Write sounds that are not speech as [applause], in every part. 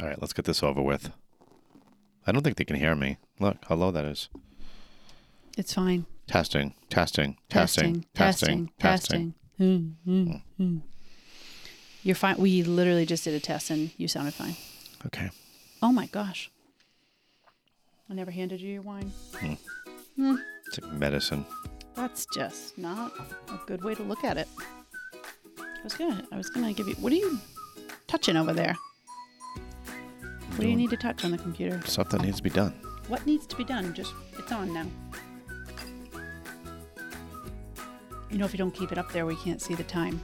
All right, let's get this over with. I don't think they can hear me. Look how low that is. It's fine. Testing, testing, testing, testing, testing. Hmm. testing. Mm, mm, mm. You're fine. We literally just did a test and you sounded fine. Okay. Oh my gosh. I never handed you your wine. Hmm. Hmm, It's like medicine. That's just not a good way to look at it. I was gonna, I was gonna give you. What are you touching over there? What do you need to touch on the computer? Stuff that needs to be done. What needs to be done? Just it's on now. You know, if you don't keep it up there, we can't see the time.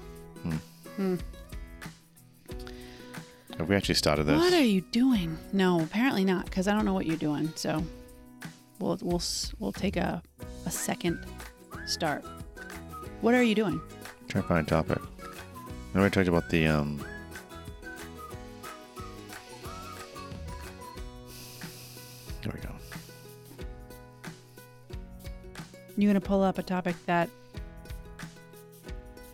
Have we actually started this? What are you doing? No, apparently not, because I don't know what you're doing. So we'll we'll s- we'll take a a second start. What are you doing? Try to find a topic. Remember I talked about the um There we go. You're gonna pull up a topic that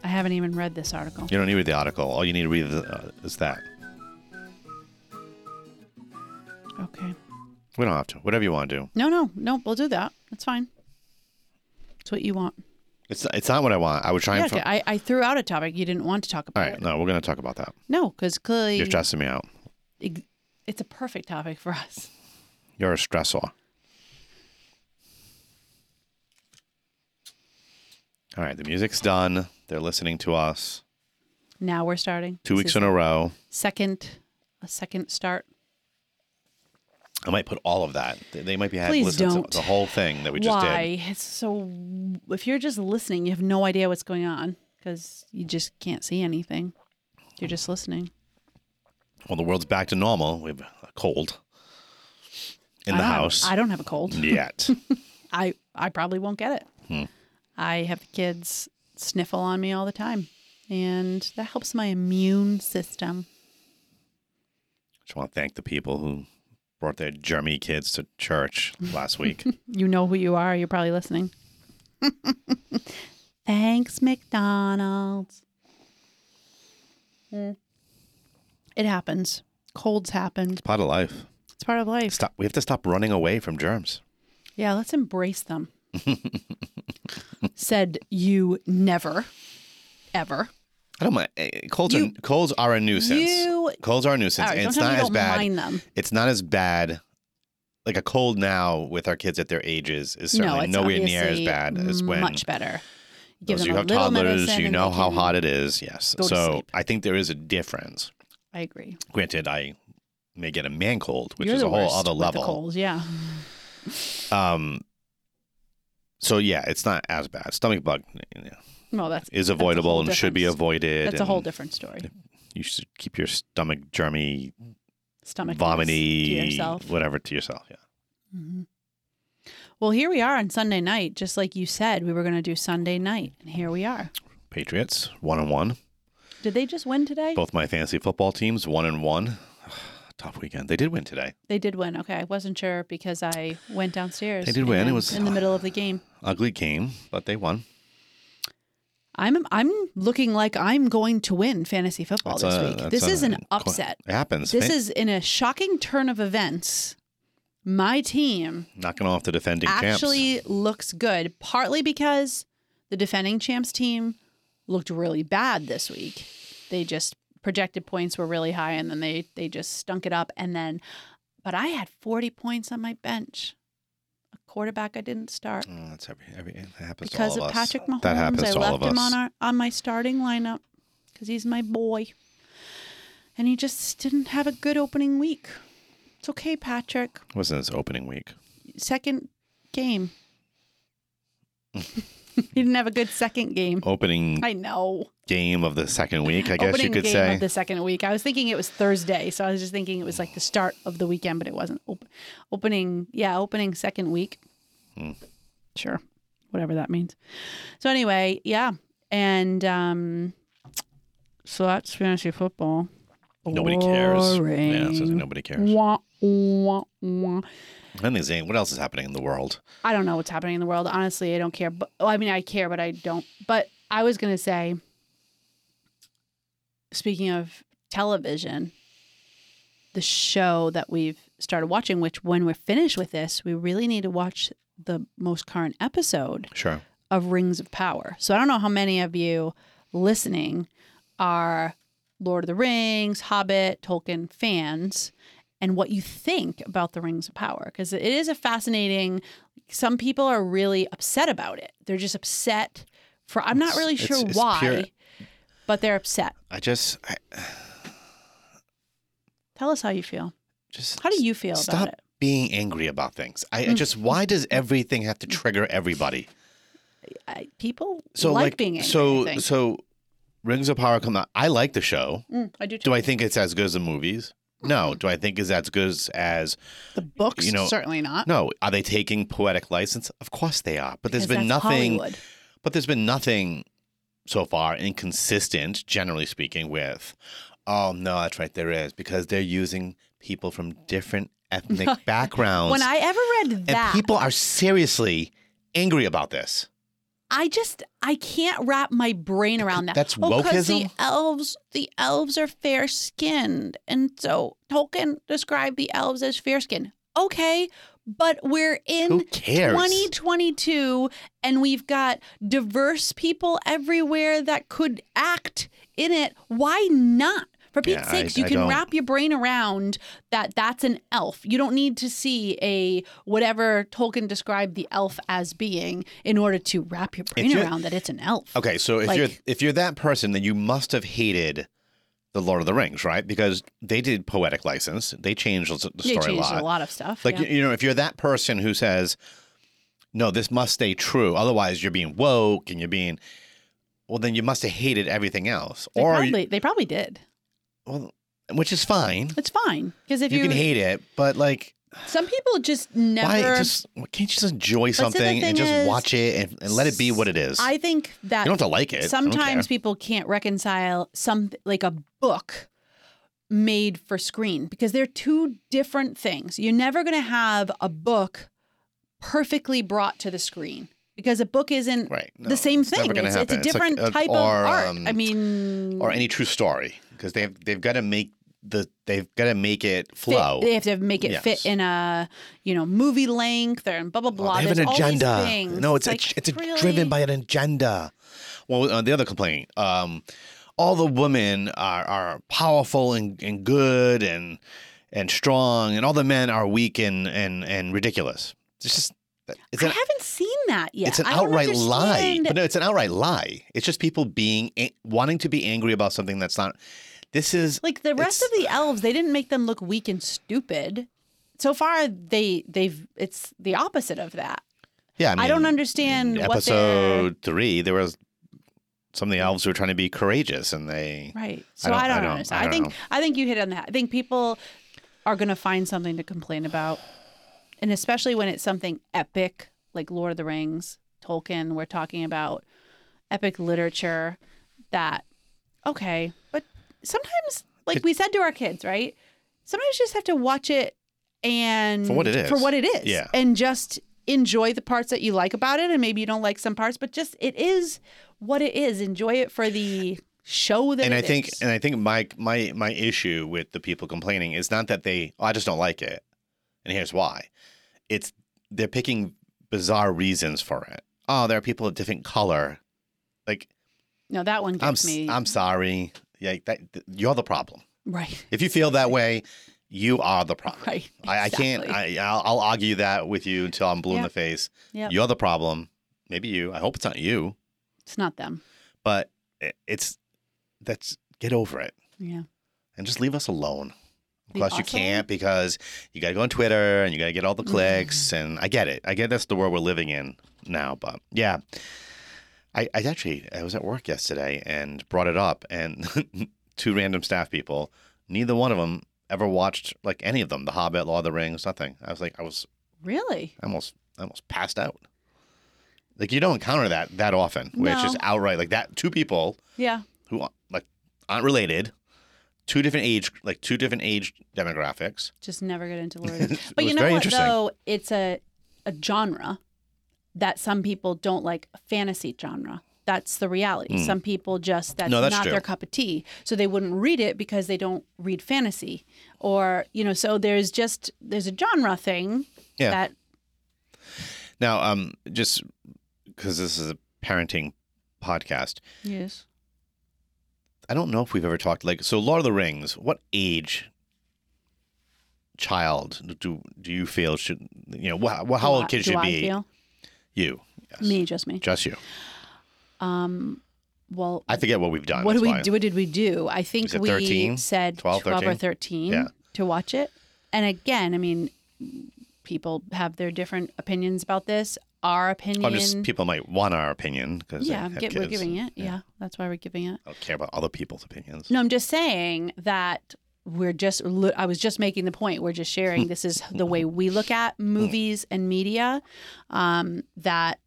I haven't even read this article. You don't need to read the article. All you need to read is, uh, is that. Okay. We don't have to. Whatever you want to do. No, no, no. We'll do that. That's fine. It's what you want. It's it's not what I want. I was trying Yeah, for. I, I threw out a topic you didn't want to talk All about. right, no, we're gonna talk about that. No, because clearly You're stressing me out. ex- it's a perfect topic for us. You're a stressor. All right, the music's done. They're listening to us Now we're starting. two This weeks is in a row. second, a second start. I might put all of that. They- They might be had Please listening don't. to the whole thing that we just did. Why? It's so if you're just listening, you have no idea what's going on because you just can't see anything. You're just listening. Well, the world's back to normal. We have a cold in I the don't have- house Mm. I don't have a cold. [laughs] yet. I I probably won't get it. Hmm. I have the kids sniffle on me all the time, and that helps my immune system. just want to thank the people who brought their germy kids to [laughs] church last week. You know who you are. You're probably listening. [laughs] Thanks, McDonald's. It happens. Colds happen. Part of life. It's part of life. Stop. We have to stop running away from germs. Yeah, let's embrace them. [laughs] Said you never, ever. I don't mind. eh, Colds, are, colds are a nuisance. You- colds are a nuisance. All and right, don't it's tell me not you as don't bad. mind them. It's not as bad. Like a cold now with our kids at their ages is certainly it's nowhere near as obviously bad as when much better. You give those of you them a have little toddlers, medicine you and know they how can- hot it is. Yes. go to So sleep. I think there is a difference. I agree. Granted, I may get a man cold, which You're is the a whole worst other with the level. colds, yeah. Um. So yeah, it's not as bad. Stomach bug you know, Well, that's is that's a avoidable whole and should be difference. avoided. That's a whole and different story. You should keep your stomach germy, Stomach vomity, to yourself. whatever to yourself. Yeah. Well, here we are on Sunday night, just like you said we were going to do Sunday night, and here we are. Patriots one and one. Did they just win today? Both my fantasy football teams one and one. [sighs] Tough weekend. They did win today. They did win. Okay, I wasn't sure because I went downstairs. They did win. It and was- in the middle of the game. Ugly game, but they won. I'm I'm looking like I'm going to win fantasy football That's a- this week. that's This a- is an upset. It happens. This Fa- is in a shocking turn of events. My team knocking off the defending champs. actually looks good, partly because the defending champs team looked really bad this week. They just projected points were really high and then they they just stunk it up and then but I had 40 points on my bench. A quarterback I didn't start Oh, that's every, every it happens to because all of us. Patrick Mahomes. That happens I to all left of him us. on our, on my starting lineup because he's my boy, and he just didn't have a good opening week. It's okay, Patrick. Wasn't his opening week? Second game, [laughs] he didn't have a good second game. Opening I know. game of the second week, Oh. I guess opening you could game say. of the second week. I was thinking it was Thursday, so I was just thinking it was like the start of the weekend, but it wasn't. Op- opening, yeah, opening second week. Hmm. Sure, whatever that means. So anyway, yeah, and um, so that's fantasy football. Nobody cares. Yeah, it's just Boring. nobody cares. Wah, wah, wah. And there's any- what else is happening in the world? I don't know what's happening in the world. Honestly, I don't care. But well, I mean, I care, but I don't. But I was gonna say, speaking of television, the show that we've started watching, which when we're finished with this, we really need to watch the most current episode Sure. of Rings of Power. So I don't know how many of you listening are Lord of the Rings, Hobbit, Tolkien fans, and what you think about the Rings of Power. Because it is a fascinating, some people are really upset about it. They're just upset for, I'm not It's- really it's- sure it's why, pure- but they're upset. I just, I Tell us how you feel. just. How do you feel stop about it? Mm. being angry about things? I, I just. Why does everything have to trigger everybody? I, people So like, like, being angry. so I, think. so, Rings of Power come out. I like the show. Mm, I do too. Do I think it's as good as the movies? Mm-hmm. No. Do I think it's as good as- as the books? you know, certainly not. no? Are they taking poetic license? Of course they are. But there's 'cause been that's nothing. Hollywood. But there's been nothing so far inconsistent, generally speaking, with, oh, no, that's right, there is, because they're using people from different [laughs] ethnic backgrounds. When I ever read and that, people are seriously angry about this. I just I can't wrap my brain around that. That's oh, because the wokeism? elves, the elves are fair skinned, and so Tolkien described the elves as fair skinned. Okay, but we're Who in cares? 2022, and we've got diverse people everywhere that could act in it. Why not? For Pete's Yeah, I- sakes, you I can don't- wrap your brain around that that's an elf. You don't need to see a whatever Tolkien described the elf as being in order to wrap your brain you're- around that it's an elf. Okay, so if Like- you're if you're that person, then you must have hated the Lord of the Rings, right? Because they did poetic license. They changed the They story a changed lot. a lot of stuff. Like yeah. you, you know, if you're that person who says, "No, this must stay true," otherwise you're being woke and you're being, well, then you must have hated everything else, they, or probably, they probably did. well, which is fine. It's fine because if You you, can hate it, but like, some people just never. why just why can't you just enjoy the something thing and just is, watch it and, and let it be what it is? I think that you don't have to like it. I don't sometimes care. people can't reconcile some like a book made for screen because they're two different things. You're never going to have a book perfectly brought to the screen because a book isn't right? no, the same it's never thing. gonna It's, it's happen. a like- different uh, type or, of art. um, I mean, or any true story, because they've they've got to make the they've got to make it fit- flow. they have to make it fit Yes. in a you know movie length or blah blah blah. Well, Oh, they have There's an all these agenda. things. No, it's like, a, it's a, really? driven by an agenda. Well, uh, the other complaint, um, all the women are, are powerful and, and good and and strong, and all the men are weak and and, and ridiculous. It's just it's I an haven't seen that yet. it's an I don't outright lie. understand- But no, it's an outright lie. It's just people being a- wanting to be angry about something that's not. This is Like the rest It's- of the elves, they didn't make them look weak and stupid. So far, they they've it's the opposite of that. yeah. I, I, mean, don't understand in what they're episode three. There was some of the elves who were trying to be courageous, and they right. So don't- I don't, I don't- understand. I I, don't think know. I think you hit on that. I think people are going to find something to complain about, and especially when it's something epic like Lord of the Rings, Tolkien. We're talking about epic literature. That okay, but sometimes, like It- we said to our kids, right? Sometimes you just have to watch it and For what it for is. what it is, Yeah. and just enjoy the parts that you like about it, and maybe you don't like some parts, but just it is what it is. Enjoy it for the show that and it I think is. and I think my my my issue with the people complaining is not that they oh, I just don't like it, and here's why, it's they're picking bizarre reasons for it. Oh, there are people of different color. Like no, that one I'm gives s- me I'm sorry. Yeah, that, th- you're the problem. [laughs] right, If you feel that way, you are the problem. right. I, I can't. exactly. I I'll, I'll argue that with you until I'm blue in Yeah. the face. Yep. You're the problem. Maybe you. I hope it's not you, It's not them. but it, it's that's get over it. Yeah, and just leave us alone. Of Leave course, you us alone? can't because you got to go on Twitter and you got to get all the clicks. Mm. And I get it. I get that's the world we're living in now. But yeah, I, I actually I was at work yesterday and brought it up, and [laughs] two random staff people, neither one of them ever watched like any of them, The Hobbit, Law of the Rings, nothing. I was like, I was really. I almost I almost passed out. Like you don't encounter that that often, where it's No. just outright like that. Two people Yeah, who like aren't related, two different age like two different age demographics. just never get into Lord of the Rings. [laughs] It But you was know very what interesting. though, it's a a genre that some people don't like, a fantasy genre. that's the reality. Some people just that's, Hmm. No, that's not true. their cup of tea. So they wouldn't read it because they don't read fantasy. Or, you know, so there's just there's a genre thing Yeah. that Now, um, just because this is a parenting podcast, Yes. I don't know if we've ever talked like so. Lord of the Rings. What age child do do you feel should you know? Wh- wh- how old kids do should I be? feel? You, yes. Me, just me. just you. Um well I forget what we've done. what that's do we why. do? What did we do? I think Was it we 13? said 12, 12, or 13 Yeah. to watch it. And again, I mean, people have their different opinions about this. Our opinion. I'm just people might want our opinion because yeah, they have get, we're kids. giving it. yeah. Yeah. that's why we're giving it. I don't care about other people's opinions. No, I'm just saying that we're just, li- I was just making the point. We're just sharing this is the way we look at movies and media um, that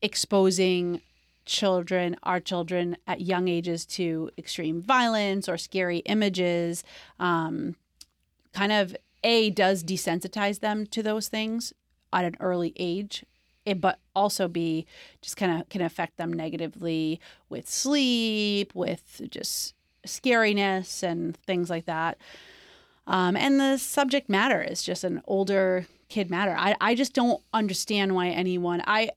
exposing children, our children at young ages to extreme violence or scary images um, kind of a does desensitize them to those things at an early age it, but also b just kind of can affect them negatively with sleep with just scariness and things like that um, and the subject matter is just an older kid matter i, I just don't understand why anyone i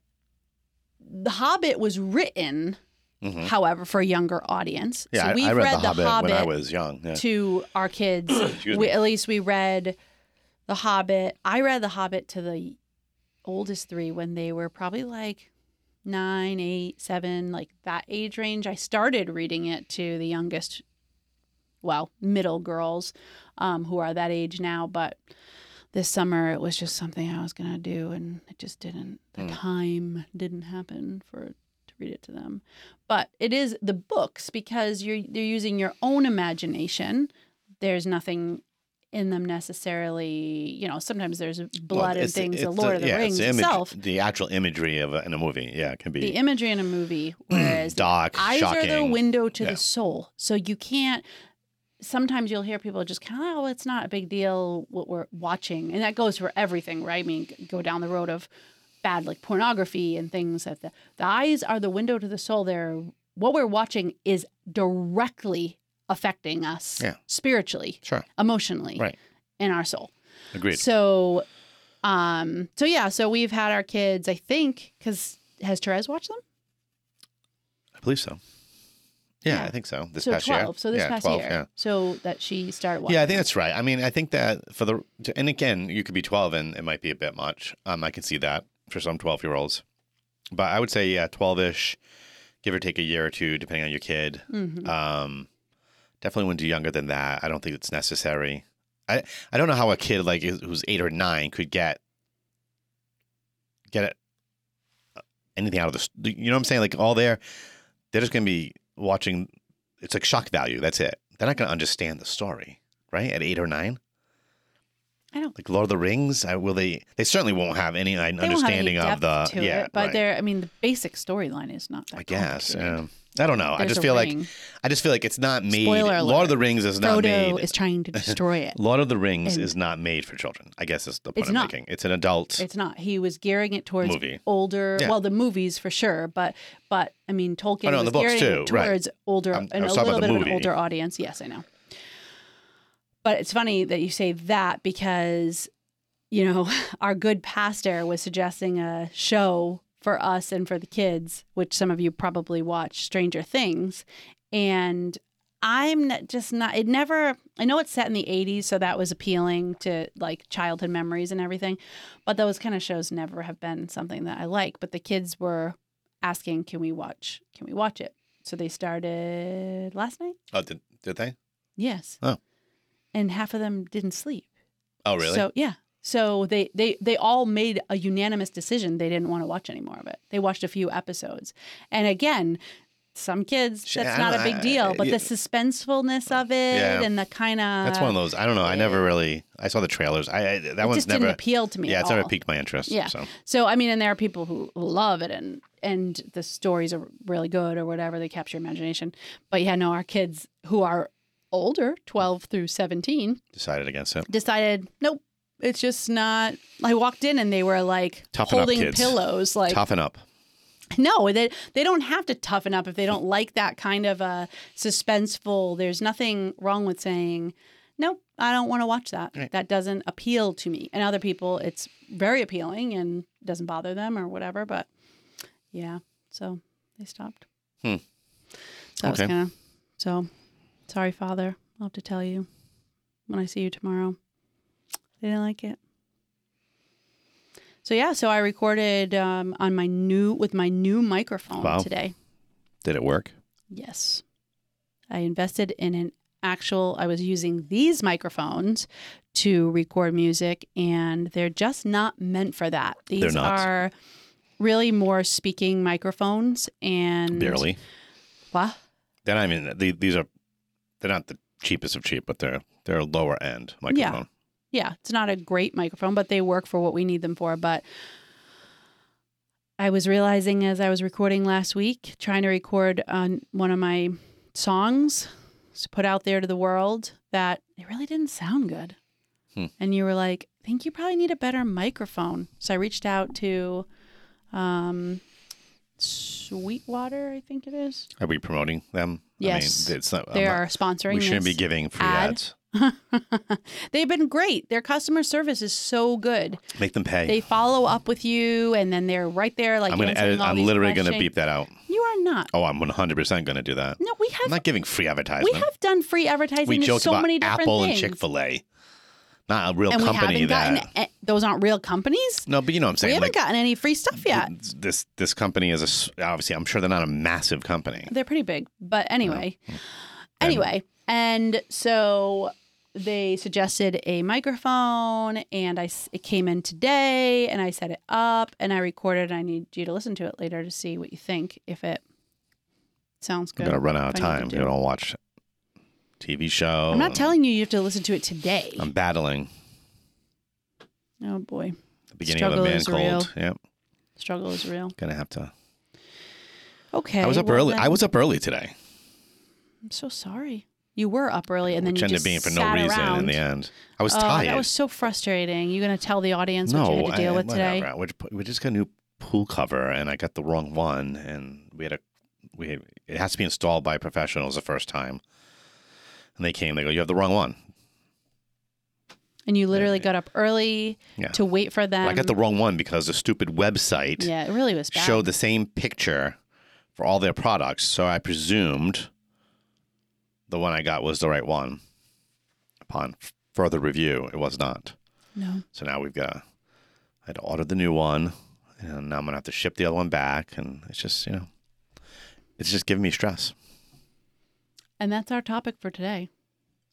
the hobbit was written Mhm. however for a younger audience Yeah, so I- we've I read, the, Hobbit the when I was young. Yeah. to our kids. [coughs] Excuse we, me. at least we read The Hobbit. I read The Hobbit to the oldest three when they were probably like nine, eight, seven, like that age range. I started reading it to the youngest, well, middle girls um, who are that age now. But this summer it was just something I was going to do and it just didn't, the Mm. time didn't happen for to read it to them but it is the books because you're they're using your own imagination. There's nothing in them necessarily, you know. Sometimes there's Well, blood and it's- things. it's The Lord of the yeah, it's Rings image- itself, the actual imagery of a, in a movie. Yeah, it can the be imagery in a movie, Hmm. whereas dark, eyes shocking. are the window to Yeah. the soul. So you can't. Sometimes you'll hear people just kind of, oh, it's not a big deal what we're watching, and that goes for everything, right? I mean, go down the road of bad like pornography and things that the, the eyes are the window to the soul. They're what we're watching is directly affecting us Yeah. spiritually, Sure. emotionally, Right. in our soul. Agreed. So, um, so yeah, so we've had our kids, I think, because has Therese watched them? I believe so. Yeah, Yeah. I think so. This so past 12 year. so this yeah, past 12, year Yeah. so that she started watching Yeah, I think that's right. I mean, I think that for the and again, you could be 12 and it might be a bit much. Um, I can see that for some 12 year olds, but I would say yeah, 12 ish, give or take a year or two, depending on your kid. Mhm. Um, definitely wouldn't do younger than that. I don't think it's necessary. I I don't know how a kid like is- who's eight or nine could get get it, anything out of this. You know what I'm saying? Like all their they're just gonna be watching. It's like shock value. That's it. They're not gonna understand the story, right? At eight or nine. I don't- like Lord of the Rings. I, will they? They certainly won't have any uh, They won't have any understanding of the. depth to yeah, it, but right. there i mean the basic storyline is not that I guess. complicated. Um, I don't know. I There's just a feel like ring. I just feel like it's not made. Spoiler Lord alert. of the Rings is not frodo made. is [laughs] trying to destroy it Lord of the Rings and- is not made for children. I guess is the point It's I'm not. making. It's an adult. it's not he was gearing it towards Movie. older Yeah. well the movies for sure but but i mean tolkien Oh, no, in was the books gearing it too, right. towards older I'm- I and a was talking little about bit the of an movie. older audience yes i know but it's funny that you say that because you know [laughs] our good pastor was suggesting a show for us and for the kids which some of you probably watch stranger things and i'm n- just not it never i know it's set in the 80s so that was appealing to like childhood memories and everything but those kind of shows never have been something that i like but the kids were asking can we watch can we watch it so they started last night oh, did, did they? yes Oh. and half of them didn't sleep Oh, really? so yeah. So they they they all made a unanimous decision they didn't want to watch any more of it. They watched a few episodes. And again, some kids Sh- I that's not a don't- I- big deal, but yeah. the suspensefulness of it Yeah. and the kind of That's one of those. I don't know. I never really. I saw the trailers. I, I that one's uh, just didn't never. appeal to me. Yeah, at it's all. never piqued my interest. Yeah. So So I mean, and there are people who love it, and and the stories are really good or whatever. They capture your imagination. But yeah, no, our kids who are older, twelve through seventeen, decided against it. decided, nope, it's just not. I walked in and they were like Toughen up, holding kids. pillows, like Toughen up. No, they they don't have to toughen up if they don't like that kind of a suspenseful. There's nothing wrong with saying, no, I don't want to watch that. Right. That doesn't appeal to me. And other people, it's very appealing and doesn't bother them or whatever. But yeah, so they stopped. Hmm. So it's Okay. kind of so. Sorry, Father. I'll have to tell you when I see you tomorrow. They didn't like it. So yeah, so I recorded um, on my new with my new microphone Wow. today. Did it work? Yes, I invested in an actual. I was using these microphones to record music, and they're just not meant for that. These not. are really more speaking microphones, and Barely. Wha- Then I mean, the, these are they're not the cheapest of cheap, but they're they're a lower end Yeah. microphone. yeah, it's not a great microphone, but they work for what we need them for. But I was realizing as I was recording last week, trying to record on one of my songs to put out there to the world, that it really didn't sound good. Hmm. And you were like, I think you probably need a better microphone. So I reached out to um, Sweetwater, I think it is. Are we promoting them? Yes. I mean, it's not. I'm They not- are sponsoring. we shouldn't this. [laughs] be giving free ad. ads. They've been great. Their customer service is so good. Make them pay. They follow up with you, and then they're right there. Like I'm gonna answering edit. all I'm these literally gonna questions. beep that out. You are not. Oh, I'm 100 percent gonna do that. No, we I'm have not giving free advertisement. we have done free advertising. we to joked so about many different Apple things. and Chick Fil A, not a real and we company haven't that. gotten eh, those aren't real companies. no, but you know what I'm we saying. haven't Like gotten any free stuff yet. th- this this company is a s- obviously. I'm sure they're not a massive company. They're pretty big, but anyway, Hmm. anyway, and so they suggested a microphone, and I s- it came in today, and I set it up, and I recorded. I need you to listen to it later to see what you think if it sounds I'm good. gonna run out of If I need to time. do. You don't watch TV show. I'm not telling you you have to listen to it today. I'm battling oh boy, the beginning of a Struggle man is real. cold. Yep, struggle is real. gonna have to. Okay, I was up well early. then- I was up early today, I'm so sorry. You were up early, and then which you ended up just being for no sat reason in around. the end. I was Oh, tired. That was so frustrating. You're gonna tell the audience no, what you had to deal I, with today. whatever. We just put- We just got a new pool cover, and I got the wrong one, and we had a we had, it has to be installed by professionals the first time. And they came. They go, you have the wrong one. And you literally got up early Yeah. to wait for them. Well, I got the wrong one because the stupid website Um, Yeah, it really was bad. showed the same picture for all their products, so I presumed the one I got was the right one. Upon f- further review, it was not. no. So now we've got. I had to order the new one, and now I'm gonna have to ship the other one back, and it's just you know, it's just giving me stress. And that's our topic for today.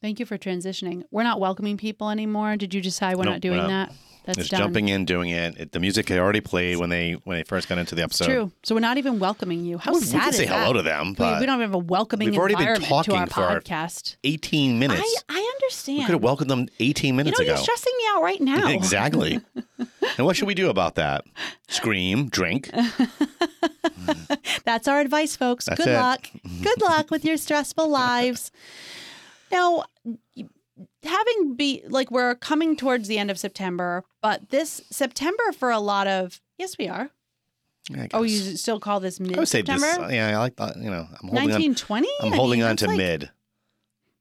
Thank you for transitioning. We're not welcoming people anymore. Did you decide we're Nope, not we're doing not. that? That's it's done. jumping in, doing it. it. The music had already played when they when they first got into the It's episode. true. So we're not even welcoming you. How We, we sad can is say that? hello to them, We- but we don't have a welcoming We've already been environment talking to our for our- podcast. 18 I, minutes. I we understand. could have welcomed them 18 you know, minutes you're ago. stressing me [laughs] out right now. [laughs] exactly. and what should we do about that? Scream, drink. Uh, That's our advice, folks. That's Good it. luck. [laughs] Good luck with your stressful lives. Now, having be like we're coming towards the end of September, but this September for a lot of yes, we are. I Oh, guess. you still call this I would say this. mid-September? Yeah, I like that. You know, I'm holding on. Nineteen twenty. I'm holding on to mid.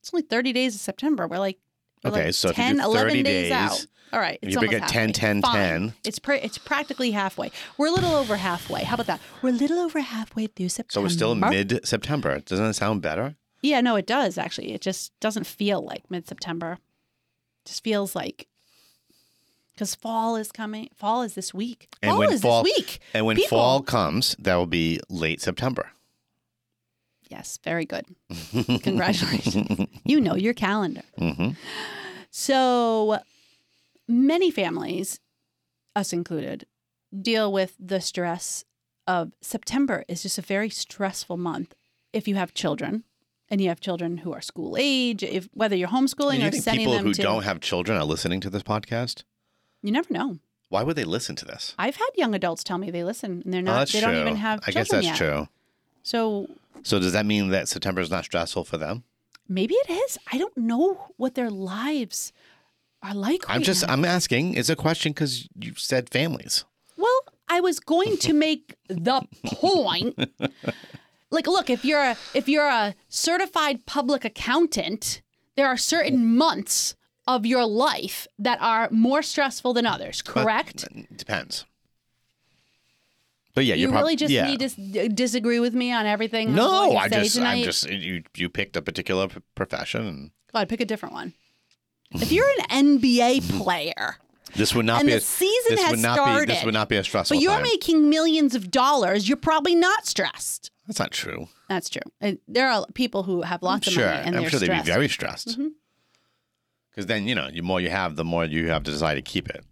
It's only thirty days of September. We're like we're Okay, like so if you 10, do 11 30 days, days, out. All right, if it's you break almost it 10, halfway. 10, Fine. 10. It's pra- it's practically halfway. We're a little over halfway. How about that? We're a little over halfway through September. So we're still mid September. Doesn't it sound better? Yeah, no, it does actually. It just doesn't feel like mid September. Just feels like because fall is coming. Fall is this week. And fall when is fall- this week. And when People- fall comes, that will be late [laughs] September. Yes, very good. Congratulations. [laughs] you know your calendar. hmm So many families, us included, deal with the stress of September is just a very stressful month if you have children and you have children who are school age, if whether you're homeschooling Do you or think sending people them who to don't have children are listening to this podcast? you never know. Why would they listen to this? I've had young adults tell me they listen and they're No, not that's they true. don't even have I children guess that's yet. true. So So does that mean that September is not stressful for them? maybe it is. I don't know what their lives are like. I'm right just now. I'm asking. It's a question because you said families. well, I I was going to make the point. Like, look, if you're a, if you're a certified public accountant, there are certain months of your life that are more stressful than others. Correct? Depends. But yeah, you you're prob- really just yeah. need to s- d- disagree with me on everything. I'm going No, to I say just, I'm tonight? just, you, you picked a particular p- profession, and God, pick a different one. If you're [laughs] an NBA player, this would not And be. the a, season this has would not Be, this started. would not be a stressful. but you're time. making millions of dollars, you're probably not stressed. That's not true. That's true. And there are people who have lots of sure, money and I'm they're sure they'd stressed. Mm-hmm. be very stressed. Because then you know, the more you have, the more you have to decide to keep it.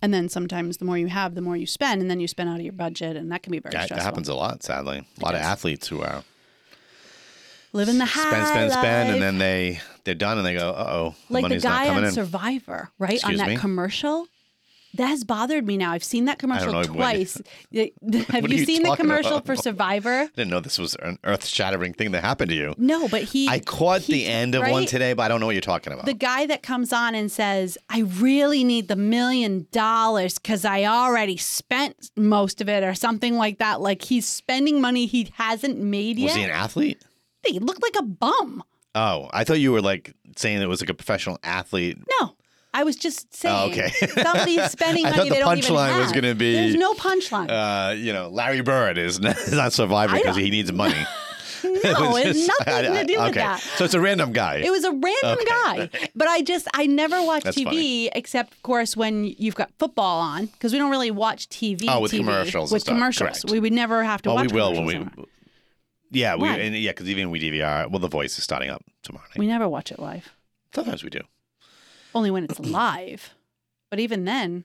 and then sometimes the more you have, the more you spend, and then you spend out of your budget, and that can be very That, that stressful. happens a lot, sadly. A lot of athletes who are Live in the high spend, spend, spend, life. and then they they're done, and they go, "Uh oh, the like the money's guy not on coming in." Survivor, right? on Excuse that me? commercial. That has bothered me now. I've seen that commercial know when- [laughs] twice. [laughs] Y- Have What you, are you seen the talking commercial about? for Survivor? I didn't know this was an earth-shattering thing that happened to you. No, but he I caught the he- end of one right? today, but I don't know what you're talking about. the guy that comes on and says, I really need the million dollars because I already spent most of it or something like that. Like he's spending money he hasn't made was yet. he an athlete? he looked like a bum. Oh, I thought you were like saying it was like a professional [laughs] athlete. No. I was just saying Oh, okay. [laughs] somebody's spending I thought money the they don't even punchline was have. gonna be- There's no punchline. [laughs] Uh, you know, Larry Bird is [laughs] not, is not survivor I because don't- he needs money. [laughs] no, It was it's just- nothing [laughs] I- I- to do with okay. that. So it's a random guy. It was a random guy. But I just, I never watch That's TV funny. except, of course, when you've got football on because we don't really watch TV. Oh, with TV, commercials and With stuff, commercials. correct. We would never have to well, Oh, we watch will when we. commercials anymore. Yeah, we When? and yeah, because even we DVR. Well, The Voice is starting up tomorrow night. We never watch it live, Sometimes we do. only [clears throat] when it's live. But even then,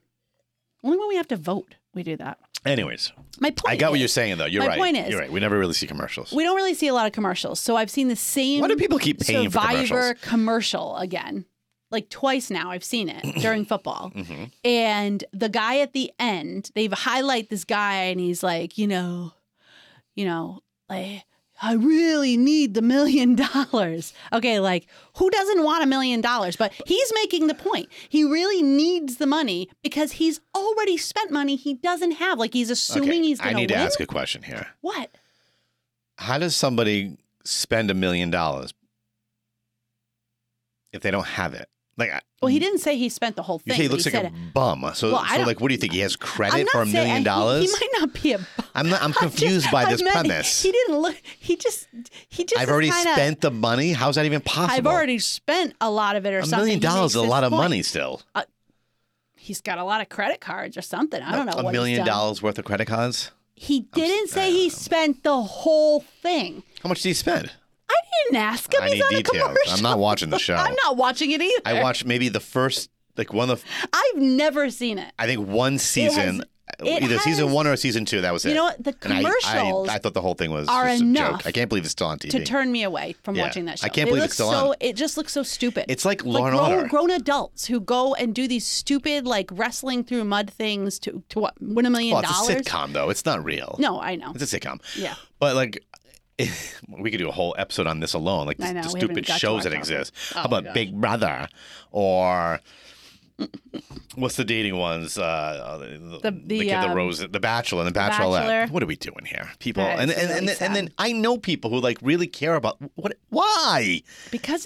only when we have to vote, we do that. Anyways, My point I got what is, you're saying though. You're my right. point is- you're right. We never really see commercials. We don't really see a lot of commercials. So I've seen the same Why do people keep paying for Survivor commercials? commercial again. Like twice now, I've [clears throat] seen it during football. hmm and the guy at the end they highlight this guy and he's like you know you know like i really need the million [laughs] dollars okay like who doesn't want a million dollars but he's making the point he really needs the money because he's already spent money he doesn't have like he's assuming Okay, he's I gonna need win to ask a question here. what How does somebody spend a million dollars if they don't have it? Like, I- well he didn't say he spent the whole you thing say he but looks like said a bum. So, Well, I so don't- like, what do you think? He has I'm credit not for a saying- million he, dollars? he might not be a bu- I'm not, I'm I [laughs] just- confused by I this meant premise. [laughs] he didn't look he just he just I've is already kinda- spent the money. How's that even possible? I've already spent a lot of it or a something. million He dollars is a makes lot this of point. money still. He's got a lot of credit cards or something. I don't know. A what he's million done. dollars worth of credit cards. He didn't say he spent the whole thing. How much did he spend? I didn't ask him. I he's need on a details. commercial. I'm not watching the [laughs] show. I'm not watching it either. I watched maybe the first, like one of, the, I've never seen it. I think one season, it either season has- one or season two. That was it. You know what? The And I- commercials I, I, thought the whole thing was are just a enough joke. I can't believe it's still on TV. to turn me away from Yeah. watching that show. I can't it believe looks it's still so, on. It just looks so stupid. It's like Law and grown, Order. Grown adults who go and do these stupid like wrestling through mud things to to what win a million well, Oh, it's dollars. a sitcom though. It's not real. No, I know. it's a sitcom. Yeah. But like, [laughs] we could do a whole episode on this alone, like I the, know, the we haven't stupid got to our shows that topic. exist. Oh, How about gosh. Big Brother or what's the dating ones? Uh, uh, The- the the, kid, um, Rose, The Bachelor, and The Bachelor. Bachelorette. What are we doing here, people? Yeah, and it's and, and, really then, and then I know people who like really care about what? Why? Because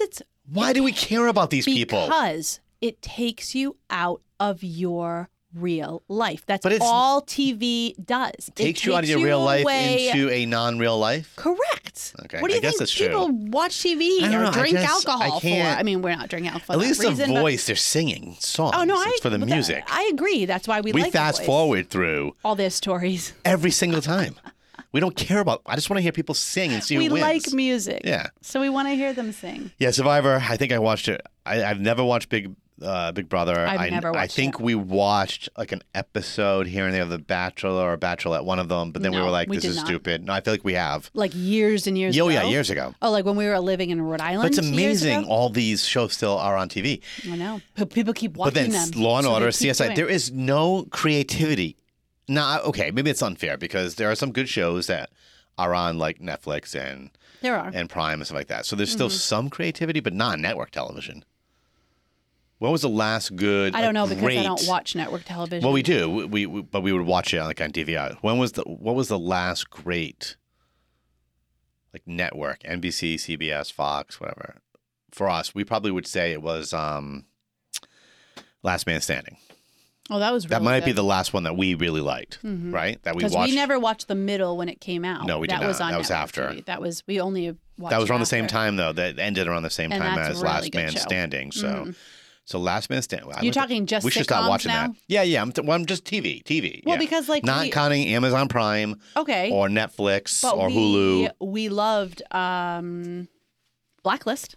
[sighs] it's Why do we care about these people? because it takes you out of your real life. That's But it's- all TV does. It takes you out of your real life away- into a non-real life. correct. Okay, What do I you guess think that's true. people watch TV I or don't know, I drink guess alcohol I can't- for? I mean, we're not drinking alcohol. At for least that the reason, but- voice they're singing songs. Oh no, I it's for the but that- music. I agree. That's why we, we like The fast Voice. forward through all their stories. every single time. We don't care about. I just want to hear people sing and see we who wins. like music. Yeah, So we want to hear them sing. yeah. Survivor. I think I watched it. I, I've never watched Big uh, Big Brother. I've I, never I watched think we watched like an episode here and there of The Bachelor or Bachelette, one of them. But then we No, were like, we "This did is not. stupid." No, I feel like we have. Like years and years Yo, ago. yeah, years ago. Oh, like when we were living in Rhode But Island. it's years ago? amazing. All these shows still are on TV. I know. But people keep watching But then them. Law and so they Order, keep CSI, doing- there is no creativity. Now, okay, maybe it's unfair because there are some good shows that are on like Netflix [laughs] and there are. Mm-hmm. and Prime and stuff like that. So there's still some creativity, but not on network television. When was the last good? I don't know because great, I don't watch network television. Well, we do. We, we, we- but we would watch it on like on DVR. When was the what was the last great like network NBC, CBS, Fox, whatever? For us, we probably would say it was um Last Man Standing. oh, that was really That might be good. Mm-hmm. the last one that we really liked, right? That we because watched. we, never watched the middle when it came out. No, we did that Was not. on That was network after. TV. That was we only watched. that was around the same after. time though. That ended around the same And time that's a as really Last good Man show. Mm-hmm. Standing. So, so Last Man Standing. You're talking just we should stop sitcoms watching now? that. Yeah, yeah. I'm, t- well, I'm just TV, TV. Well, yeah. because like not we, counting Amazon Prime okay, or Netflix but or we, Hulu. We loved um, Blacklist.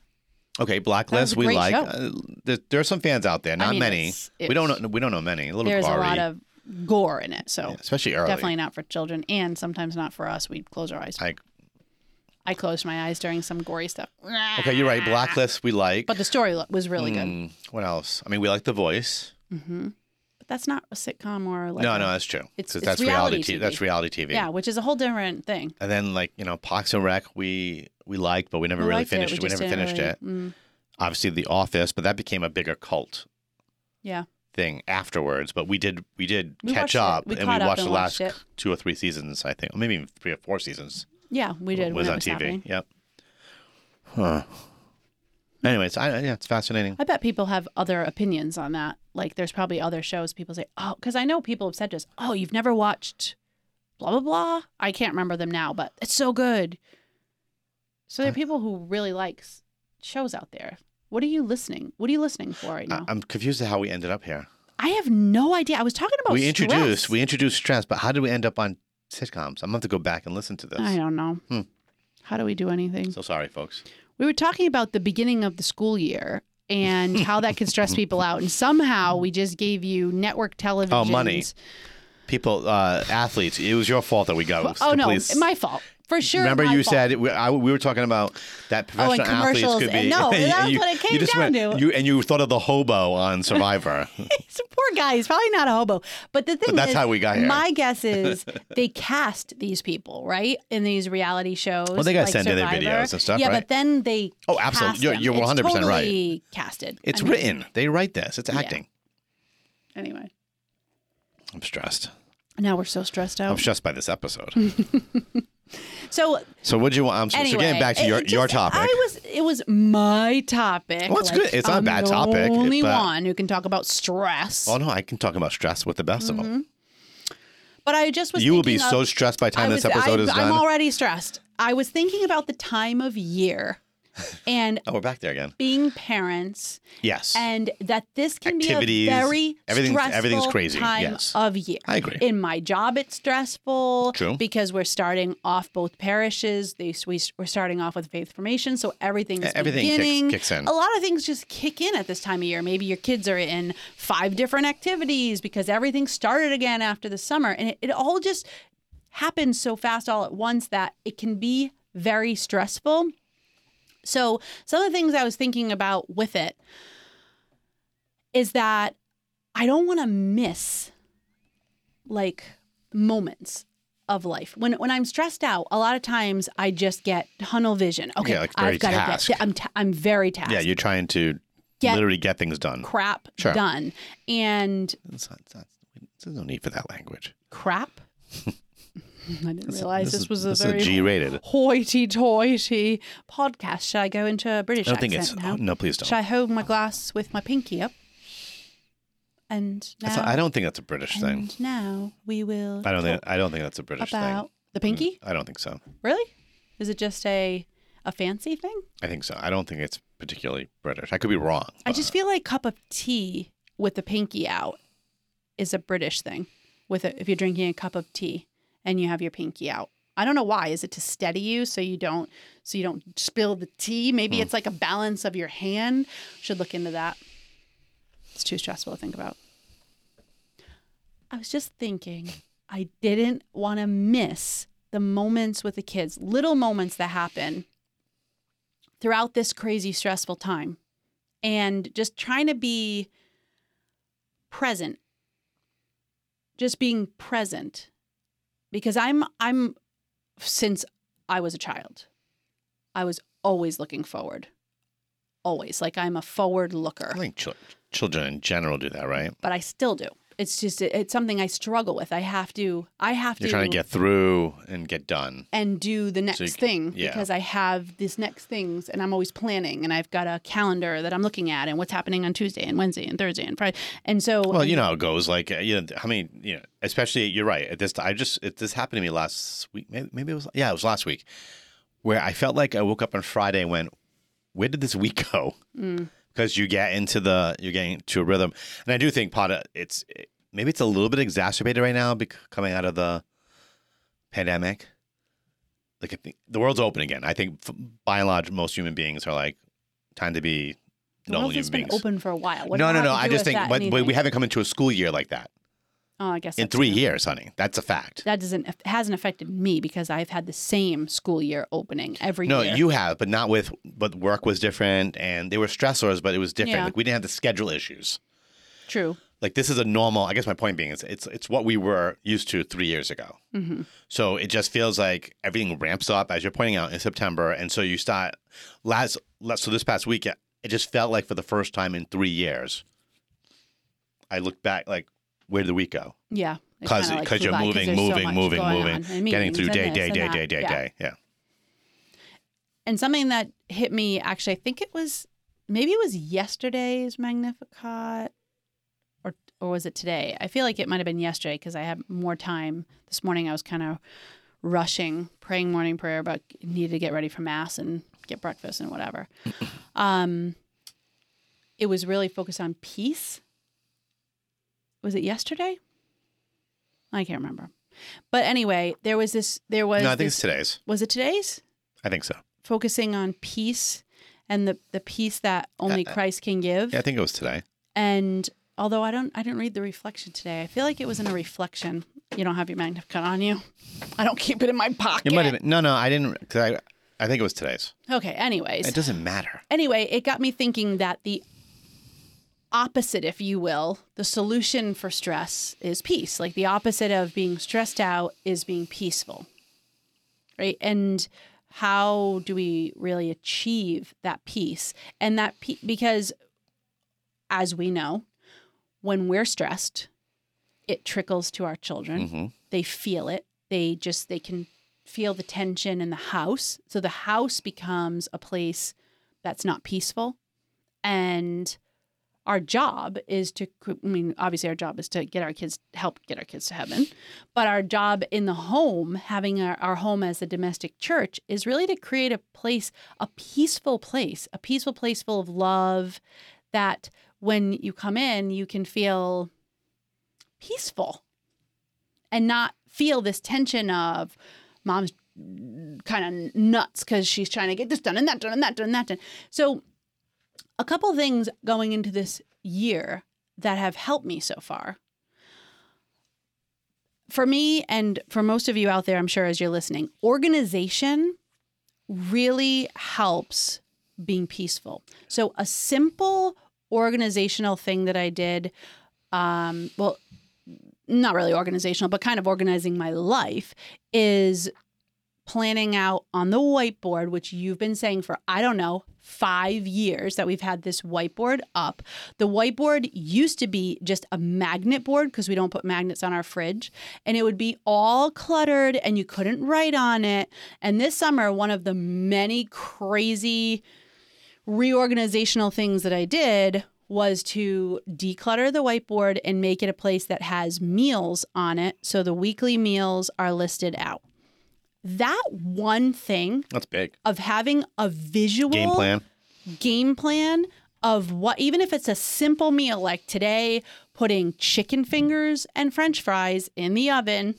Okay, was Blacklist a we great like. show. Uh, there, there are some fans out there, not mean, many. it's- we don't it's- know. We don't know many. A little There's gory, a lot of gore in it, so yeah, especially early. definitely not for children, and sometimes not for us. We'd close our eyes. I- I closed my eyes during some gory stuff. Okay, you're right. Blacklist we like. But the story lo- was really good. Mm, what else? I mean, we like The Voice. But that's not a sitcom or like no, a- no, that's true. it's- 'Cause it's that's reality TV. TV. That's reality TV. yeah, which is a whole different thing. And then like you know, Parks and Rec we we liked, but we never We really liked finished. It. We, never just didn't finished really- it. Mm, Obviously, The Office, but that became a bigger cult yeah, thing afterwards. But we did we did We watched catch it. up We and we caught watched up the and last watched it. two or three seasons, I think, or maybe even three or four seasons. yeah, we did. when was it on TV. happening. Yep. Huh. Anyways, I, yeah, it's fascinating. I bet people have other opinions on that. Like, there's probably other shows people say, oh, because I know people have said to us, oh, you've never watched blah, blah, blah. I can't remember them now, but it's so good. So there are people who really like s- shows out there. What are you listening? What are you listening for right I, now? I'm confused at how we ended up here. I have no idea. I was talking about we introduced stress. we introduced stress, but how did we end up on sitcoms? I'm gonna have to go back and listen to this. I don't know. Hmm. How do we do anything? So sorry, folks. We were talking about the beginning of the school year and how that [laughs] can stress people out. And somehow we just gave you network television. Oh, money. People, uh, athletes, it was your fault that we got. Oh no, complete- my fault for sure. Remember, my you fault. said we, I, we were talking about that Oh, and professional athletes commercials, could be. and no, [laughs] that's you- what it came you just down went- to. You, and you thought of the hobo [laughs] on Survivor. [laughs] He's a poor guy. He's probably not a hobo. But the thing that's is, how we got here. [laughs] My guess is they cast these people right in these reality shows. they gotta like send in their Survivor. videos and stuff, Yeah, right? but then they Oh, absolutely. cast You're- them. you're It's 100% right. totally Casted. it's I mean, written. They write this. It's acting. anyway. I'm stressed. Now we're so stressed I'm out. stressed by this episode. Mm. So Oh, So what do you want? I'm so, anyway, so getting back to it- your, it just- your topic. I was it was my topic. Well, it's like, good. It's not a I'm bad the topic, Only but- one who can talk about stress. oh no, I can talk about stress with the best of them. But I just was You will be thinking Mm-hmm. of- so stressed by the time I this was- episode I, is I'm done. already stressed. I was thinking about the time of year [laughs] and oh, we're back there again. being parents, Yes, and that this can Activities, be a very everything's- stressful everything's crazy, time yes. of year. I agree. In my job, it's stressful True. because we're starting off both parishes. They, we, we're starting off with faith formation, so everything's E- everything kicks- beginning. kicks in. A lot of things just kick in at this time of year. Maybe your kids are in five different activities because everything started again after the summer, and it, it all just happens so fast all at once that it can be very stressful. So, some of the things I was thinking about with it is that I don't want to miss like moments of life. When when I'm stressed out, a lot of times I just get tunnel vision. Okay, like very I've got to tasked. get. I'm ta- I'm very tasked. yeah, you're trying to Get- literally get things done. crap Sure. done and It's not- it's not- there's no need for that language. crap. [laughs] I didn't realize this, is- was a this very is G-rated. hoity-toity podcast. Should I go into a British I don't think it's. accent now? Oh, no, please don't. Should I hold my glass with my pinky up? And now, That's not- I don't think that's a British thing. and now we will I don't think. I don't think that's a British about thing. Hmm, Mm-hmm. the pinky. I don't think so. Really? Is it just a a fancy thing? I think so. I don't think it's particularly British. I could be wrong. I just feel like cup of tea with the pinky out is a British thing. With a, if you're drinking a cup of tea and you have your pinky out, I don't know why. Is it to steady you so you don't so you don't spill the tea? Maybe it's like a balance of your hand. Should look into that. It's too stressful to think about. I was just thinking, I didn't want to miss the moments with the kids, little moments that happen throughout this crazy stressful time and just trying to be present just being present because i'm i'm since i was a child i was always looking forward always like i'm a forward looker I think chil- children in general do that, right? but I still do. It's just it- it's something I struggle with. I have to I have You're to trying to get through and get done. and do the next you c- thing yeah. because I have this next things and I'm always planning and I've got a calendar that I'm looking at and what's happening on Tuesday and Wednesday and Thursday and Friday. And so Well, you know how it goes. Like, uh, you know, how many, you know, especially you're right. At this, I just it, this happened to me last week. Maybe, maybe it was yeah, it was last week, where I felt like I woke up on Friday and went, where did this week [laughs] go? Mm. Because you get into the you're getting into a rhythm, and I do think part of it's maybe it's a little bit exacerbated right now because coming out of the pandemic. Like I think the world's open again. I think f- by and large, most human beings are like time to be the world normal has human been beings. open for a while. What no, does no, that no. have to I do just with think, that but, but we anything? haven't come into a school year like that oh, I guess in that's three true. years, honey. That's a fact. That doesn't it hasn't affected me because I've had the same school year opening every no, year. you have, but not with. But work was different, and they were stressors, but it was different. Yeah. Like we didn't have the schedule issues. true. Like this is a normal. I guess my point being is, it's it's what we were used to three years ago. hmm So it just feels like everything ramps up, as you're pointing out, in September, and so you start last. last so this past week, it just felt like for the first time in three years, I looked back like, where did the week go? Yeah. It because kinda, like, because flew you're by moving, there's so moving, much moving, going moving, on and getting through meetings day, and day, this day, and day, that. day, Yeah. day. Yeah, and something that hit me actually i think it was maybe it was yesterday's magnificat or or was it today i feel like it might have been yesterday because i had more time this morning i was kind of rushing praying morning prayer but needed to get ready for mass and get breakfast and [clears throat] whatever um it was really focused on peace was it yesterday i can't remember but anyway there was this there was No, I think this- it's today's. was it today's I think so. focusing on peace and the, the peace that only Uh, uh, Christ can give. Yeah, I think it was today. And although I don't I didn't read the reflection today, I feel like it was in a reflection. You don't have your magnificat on you. I don't keep it in my pocket. It might have been. No, no, I didn't. Cause I, I think it was today's. Okay, anyways. It doesn't matter. anyway, it got me thinking that the opposite, if you will, the solution for stress is peace. Like the opposite of being stressed out is being peaceful. Right? And how do we really achieve that peace? And that pe- because as we know, when we're stressed, it trickles to our children hmm they feel it they just they can feel the tension in the house so the house becomes a place that's not peaceful and our job is to i mean obviously our job is to get our kids help get our kids to heaven but our job in the home having our, our home as a domestic church is really to create a place a peaceful place a peaceful place full of love that when you come in you can feel peaceful and not feel this tension of mom's kind of nuts because she's trying to get this done and that done and that done and that done. So, a couple things going into this year that have helped me so far. For me, and for most of you out there, I'm sure as you're listening, organization really helps being peaceful. So, a simple organizational thing that I did, um, well, not really organizational, but kind of organizing my life is planning out on the whiteboard, which you've been saying for, I don't know, five years that we've had this whiteboard up. The whiteboard used to be just a magnet board because we don't put magnets on our fridge, and it would be all cluttered and you couldn't write on it. And this summer, one of the many crazy reorganizational things that I did was to declutter the whiteboard and make it a place that has meals on it. So the weekly meals are listed out. That one thing That's big. of having a visual Game plan. game plan of what, even if it's a simple meal like today, putting chicken fingers and french fries in [laughs] the oven,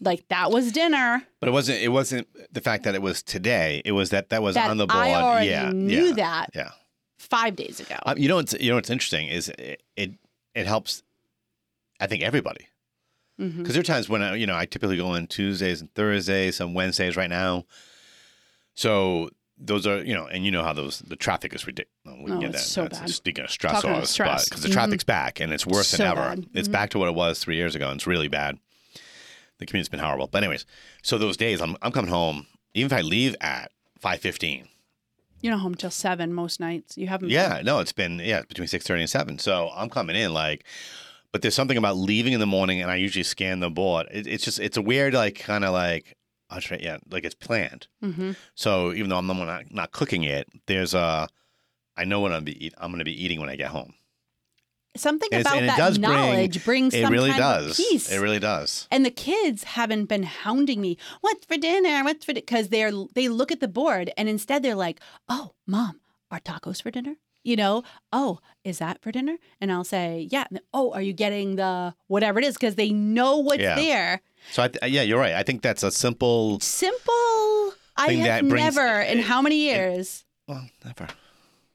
like that was dinner. But it wasn't. It wasn't the fact that it was today. It was that that was That on the board. I already yeah, knew yeah, that Yeah. five days ago. Um, you know what's you know what's interesting is it it, it helps. I think everybody Mhm. because there are times when I, you know I typically go on Tuesdays and Thursdays and Wednesdays right now. So those are you know, and you know how those the traffic is ridiculous. Oh, it's so bad. Speaking of Talking about stressors, stress. because the Mhm. traffic's back and it's worse So than ever. bad. It's Mhm. back to what it was three years ago, and it's really bad. The commute's been horrible. But anyways, so those days I'm I'm coming home. Even if I leave at five fifteen, You're not home till seven most nights. You haven't. been. Yeah, no, it's been yeah between six thirty and seven. So I'm coming in like, but there's something about leaving in the morning, and I usually scan the board. It, it's just it's a weird like kind of like I'll try yeah like it's planned. Mhm. So even though I'm the one not, not cooking it, there's a I know what I'm be eat, I'm gonna be eating when I get home. Something It's- about and it that does bring- knowledge brings It some really kind does. of peace. It really does. and the kids haven't been hounding me. What's for dinner? What's for because they're they look at the board and instead they're like, "Oh, mom, are tacos for dinner?" You know, "Oh, is that for dinner?" And I'll say, "Yeah." And, "Oh, are you getting the whatever it is?" Because they know what's Yeah. there. So I th- yeah, you're right. I think that's a simple. Simple. I Thing have that brings- never in how many years. Well, never.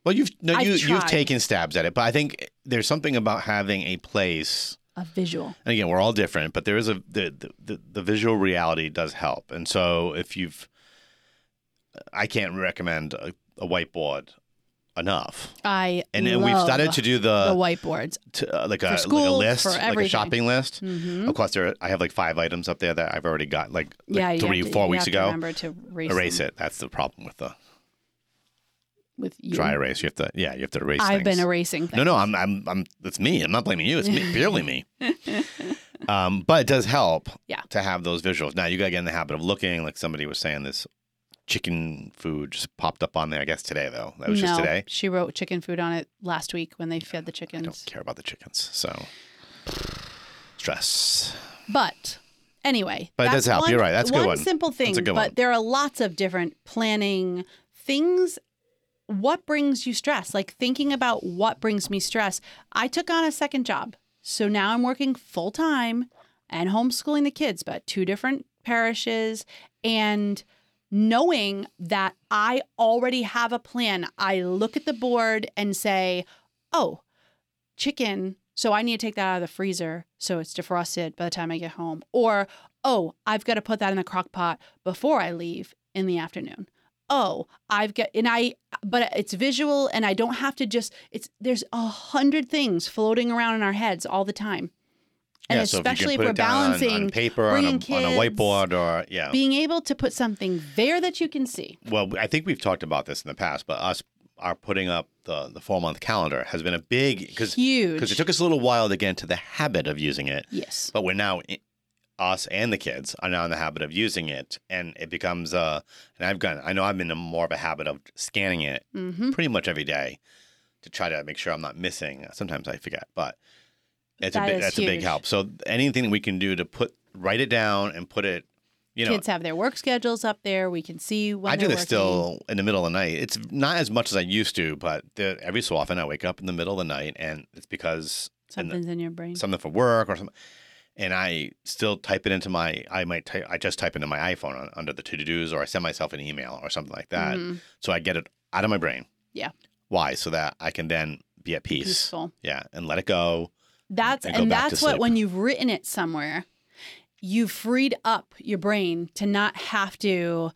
Well, you've no, I've you you've tried. taken stabs at it, but I think there's something about having a place A visual. and again, we're all different, but there is a the, the- the the visual reality does help, and so if you've, I can't recommend a, a whiteboard enough, I and then we've love started to uh, do the the, whiteboards. to, uh, like a like a school, list, for like a everything. shopping list. Mm-hmm. Of course, there I have like five items up there that I've already got like, like yeah, you three have to, four you weeks have to ago. remember to erase, Erase them it. That's the problem with the with you. dry erase. You have to yeah, you have to erase. I've things. been erasing things. No, no, I'm, I'm, I'm. It's me. I'm not blaming you. It's [laughs] me, purely me. Um, but it does help. Yeah. To have those visuals. Now you gotta get in the habit of looking. Like somebody was saying, this chicken food just popped up on there. I guess today though. That was no, just today. She wrote chicken food on it last week when they fed the I don't chickens. care about the chickens. So stress. But anyway, But it that's does help. One, You're right. That's a good one. simple thing, good but one. there are lots of different planning things. What brings you stress? Like thinking about what brings me stress. I took on a second job, so now I'm working full time and homeschooling the kids, but two different parishes and knowing that I already have a plan, I look at the board and say, oh, chicken. So I need to take that out of the freezer so it's defrosted by the time I get home. Or, oh, I've got to put that in the crock pot before I leave in the afternoon. Oh, I've got, and I, but it's visual and I don't have to just, it's, there's a hundred things floating around in our heads all the time. And yeah. so if especially you can put if, we're it down on- balancing on, paper on a, bringing on a kids, whiteboard or yeah. being able to put something there that you can see. well, I think we've talked about this in the past, but us are putting up the the four month calendar has been a big because Huge. because it took us a little while to get into the habit of using it. yes. but we're now us and the kids are now in the habit of using it and it becomes uh and i've gone i know i'm in a more of a habit of scanning it Mm-hmm. pretty much every day to try to make sure i'm not missing sometimes i forget but it's That a big is that's a big huge. help so anything that we can do to put write it down and put it you know Kids have their work schedules up there. We can see when I do they're this working. still in the middle of the night. It's not as much as I used to, but the, every so often I wake up in the middle of the night, and it's because and the- Something's in your brain. something for work or something. And I still type it into my, I might type, I just type into my iPhone on, under the to dos, or I send myself an email or something like that. Mhm. So I get it out of my brain. Yeah. Why? So that I can then be at peace. Peaceful. Yeah. And let it go. That's and and, go back to that's what sleep. when you've written it somewhere, you've freed up your brain to not have to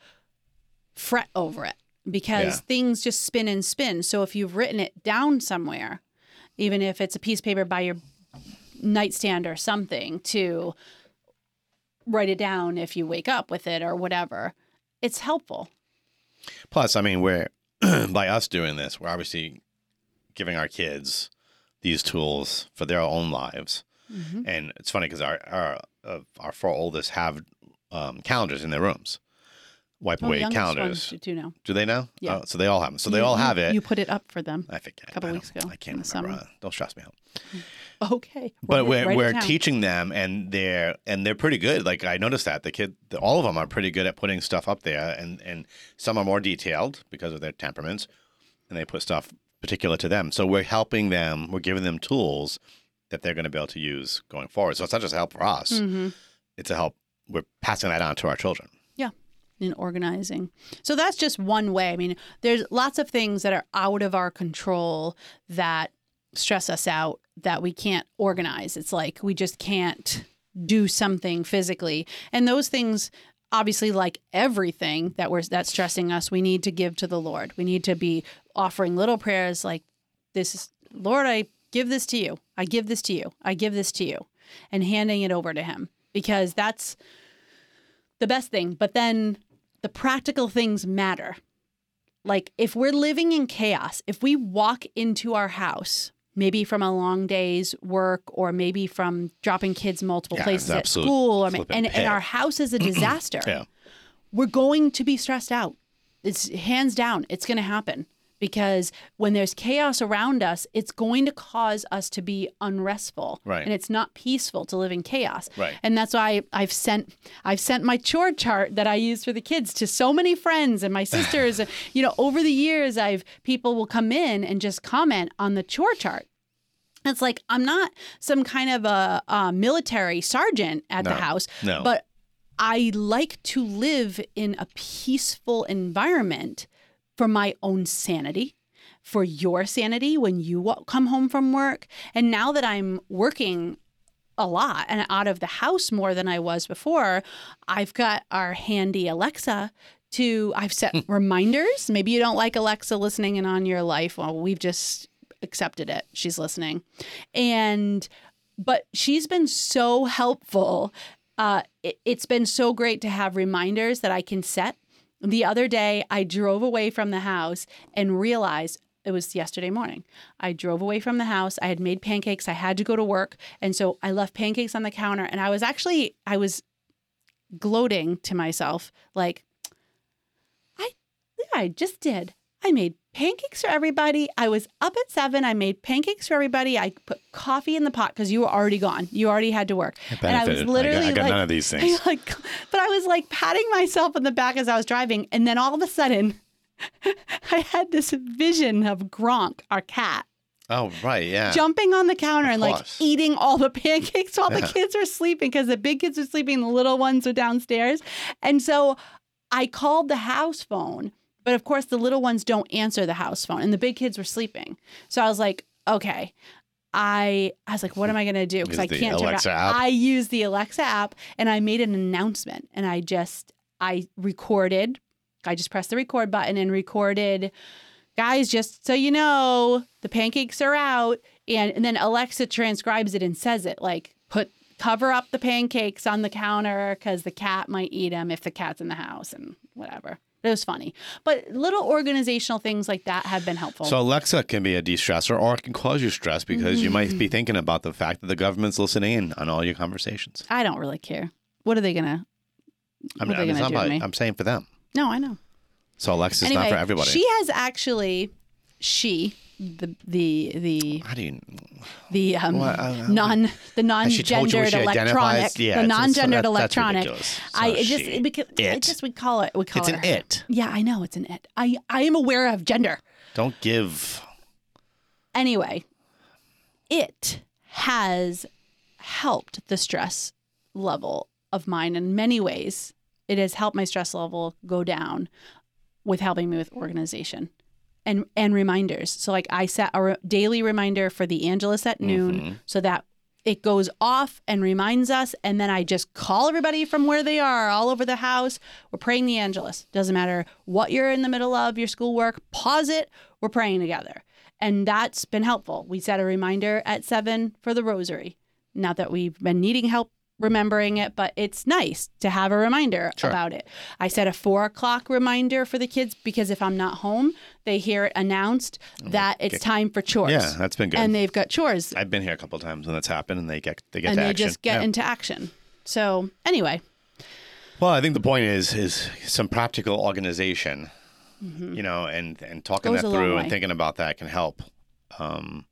fret over it because Yeah. things just spin and spin. So if you've written it down somewhere, even if it's a piece of paper by your nightstand or something to write it down if you wake up with it or whatever, it's helpful. Plus, I mean, we're, [clears throat] by us doing this, we're obviously giving our kids these tools for their own lives. Mm-hmm. And it's funny because our, our, uh, our four oldest have um, calendars in their rooms, wipe Oh, away youngest calendars. ones do too now. Do they now? Yeah. Oh, so they all have them. So they You- all you- have it. You put it up for them. [laughs] I forget. A couple weeks ago I can't in the remember. summer. Uh, Don't stress me out. Okay. But Write it- we're, write it we're down. teaching them, and they're and they're pretty good. Like I noticed that the kid, the, all of them are pretty good at putting stuff up there, and and some are more detailed because of their temperaments, and they put stuff particular to them. So we're helping them. We're giving them tools that they're going to be able to use going forward. So it's not just a help for us; Mhm. it's a help. We're passing that on to our children. in organizing. So that's just one way. I mean, there's lots of things that are out of our control that stress us out that we can't organize. It's like we just can't do something physically. And those things obviously like everything that we're that's stressing us, we need to give to the Lord. We need to be offering little prayers like this is Lord, I give this to you. I give this to you. I give this to you and handing it over to him because that's the best thing. But then the practical things matter. like if we're living in chaos, if we walk into our house, maybe from a long day's work or maybe from dropping kids multiple Yeah, places it's at absolute school, or, flippin' and, pit. and our [clears throat] house is a disaster, Yeah. we're going to be stressed out. It's hands down, it's going to happen because when there's chaos around us, it's going to cause us to be unrestful. Right. And it's not peaceful to live in chaos. Right. And that's why I've sent I've sent my chore chart that I use for the kids to so many [laughs] friends and my sisters. And, you know, over the years, I've people will come in and just comment on the chore chart. It's like I'm not some kind of a, a military sergeant at the No. house, No. but I like to live in a peaceful environment for my own sanity, for your sanity when you wa- come home from work. And now that I'm working a lot and out of the house more than I was before, I've got our handy Alexa to I've set reminders. Maybe you don't like Alexa listening in on your life. Well, we've just accepted it. She's listening. And but she's been so helpful. Uh, it, it's been so great to have reminders that I can set. The other day, I drove away from the house and realized it was yesterday morning. I drove away from the house. I had made pancakes. I had to go to work. And so I left pancakes on the counter. And I was actually, I was gloating to myself, like, I, yeah, I just did. I made pancakes for everybody. I was up at seven. I made pancakes for everybody. I put coffee in the pot because you were already gone. You already had to work. and I was benefited. literally I got, I got like, none of these things. [laughs] I, like, but I was like patting myself on the back as I was driving, and then all of a sudden, [laughs] I had this vision of Gronk, our cat, Oh, right. Yeah. jumping on the counter Of and like course. eating all the [laughs] pancakes while the Yeah. kids were sleeping because the big kids were sleeping, the little ones were downstairs, and so I called the house phone, but of course the little ones don't answer the house phone, and the big kids were sleeping, so I was like, okay. I, I was like, what am I gonna do? Because Use I the can't turn Alexa around. app. I used the Alexa app and I made an announcement and I just I recorded. I just pressed the record button and recorded. Guys, just so you know, the pancakes are out. And, and then Alexa transcribes it and says it like, put cover up the pancakes on the counter because the cat might eat them if the cat's in the house and whatever. It was funny. But little organizational things like that have been helpful. So Alexa can be a de-stressor, or it can cause you stress because you might be Mm-hmm. thinking about the fact that the government's listening in on all your conversations. I don't really care. What are they going to? I'm, What are they it's not gonna do to about- me? I'm saying for them. No, I know. So Alexa's not for everybody. She has actually, she the the the How do you? the um, Well, I- I- non the uh, Has she told you what non-gendered she electronic identifies? Yeah, it's- the it's- non-gendered that- that's electronic. ridiculous. It's I not it just she. it, because, I It. just would call it would call It's it an her. it. Yeah, I know it's an it. I I am aware of gender. Don't give. Anyway, it has helped the stress level of mine in many ways. It has helped my stress level go down with helping me with organization and and reminders. So like I set a re- daily reminder for the Angelus at noon so that it goes off and reminds us and then I just call everybody from where they are all over the house. We're praying the Angelus. Doesn't matter what you're in the middle of your schoolwork, pause it. We're praying together. And that's been helpful. We set a reminder at 7 for the rosary. Not that we've been needing help remembering it, but it's nice to have a reminder Sure. about it. I set a four o'clock reminder for the kids because if I'm not home, they hear it announced that it's time for chores. Yeah, that's been good. And they've got chores I've been here a couple of times when that's happened, and they get they get and to they action. just get Yeah. into action. So, anyway, Well, I think the point is is some practical organization, you know, and and talking Mm-hmm. Goes that a long through and way. thinking about that can help, um,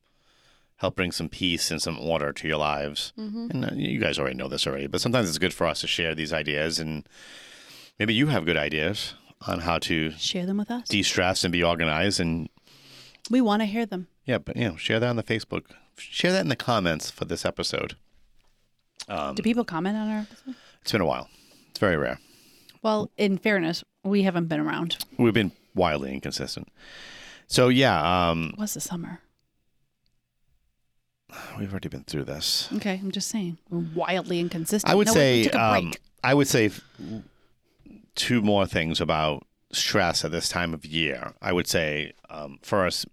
help bring some peace and some order to your lives. Mm-hmm. And uh, you guys already know this already, but sometimes it's good for us to share these ideas, and maybe you have good ideas on how to share them with us. de-stress and be organized, and We want to hear them. yeah, but you know, share that on the Facebook, share that in the comments for this episode. Um, Do people comment on our episode? It's been a while; it's very rare. Well, in fairness, we haven't been around. We've been wildly inconsistent. So yeah, um, It was the summer. We've already been through this. Okay, I'm just saying. We're wildly inconsistent. I would No, we- we say took a um, break. I would say f- two more things about stress at this time of year. I would say um, first,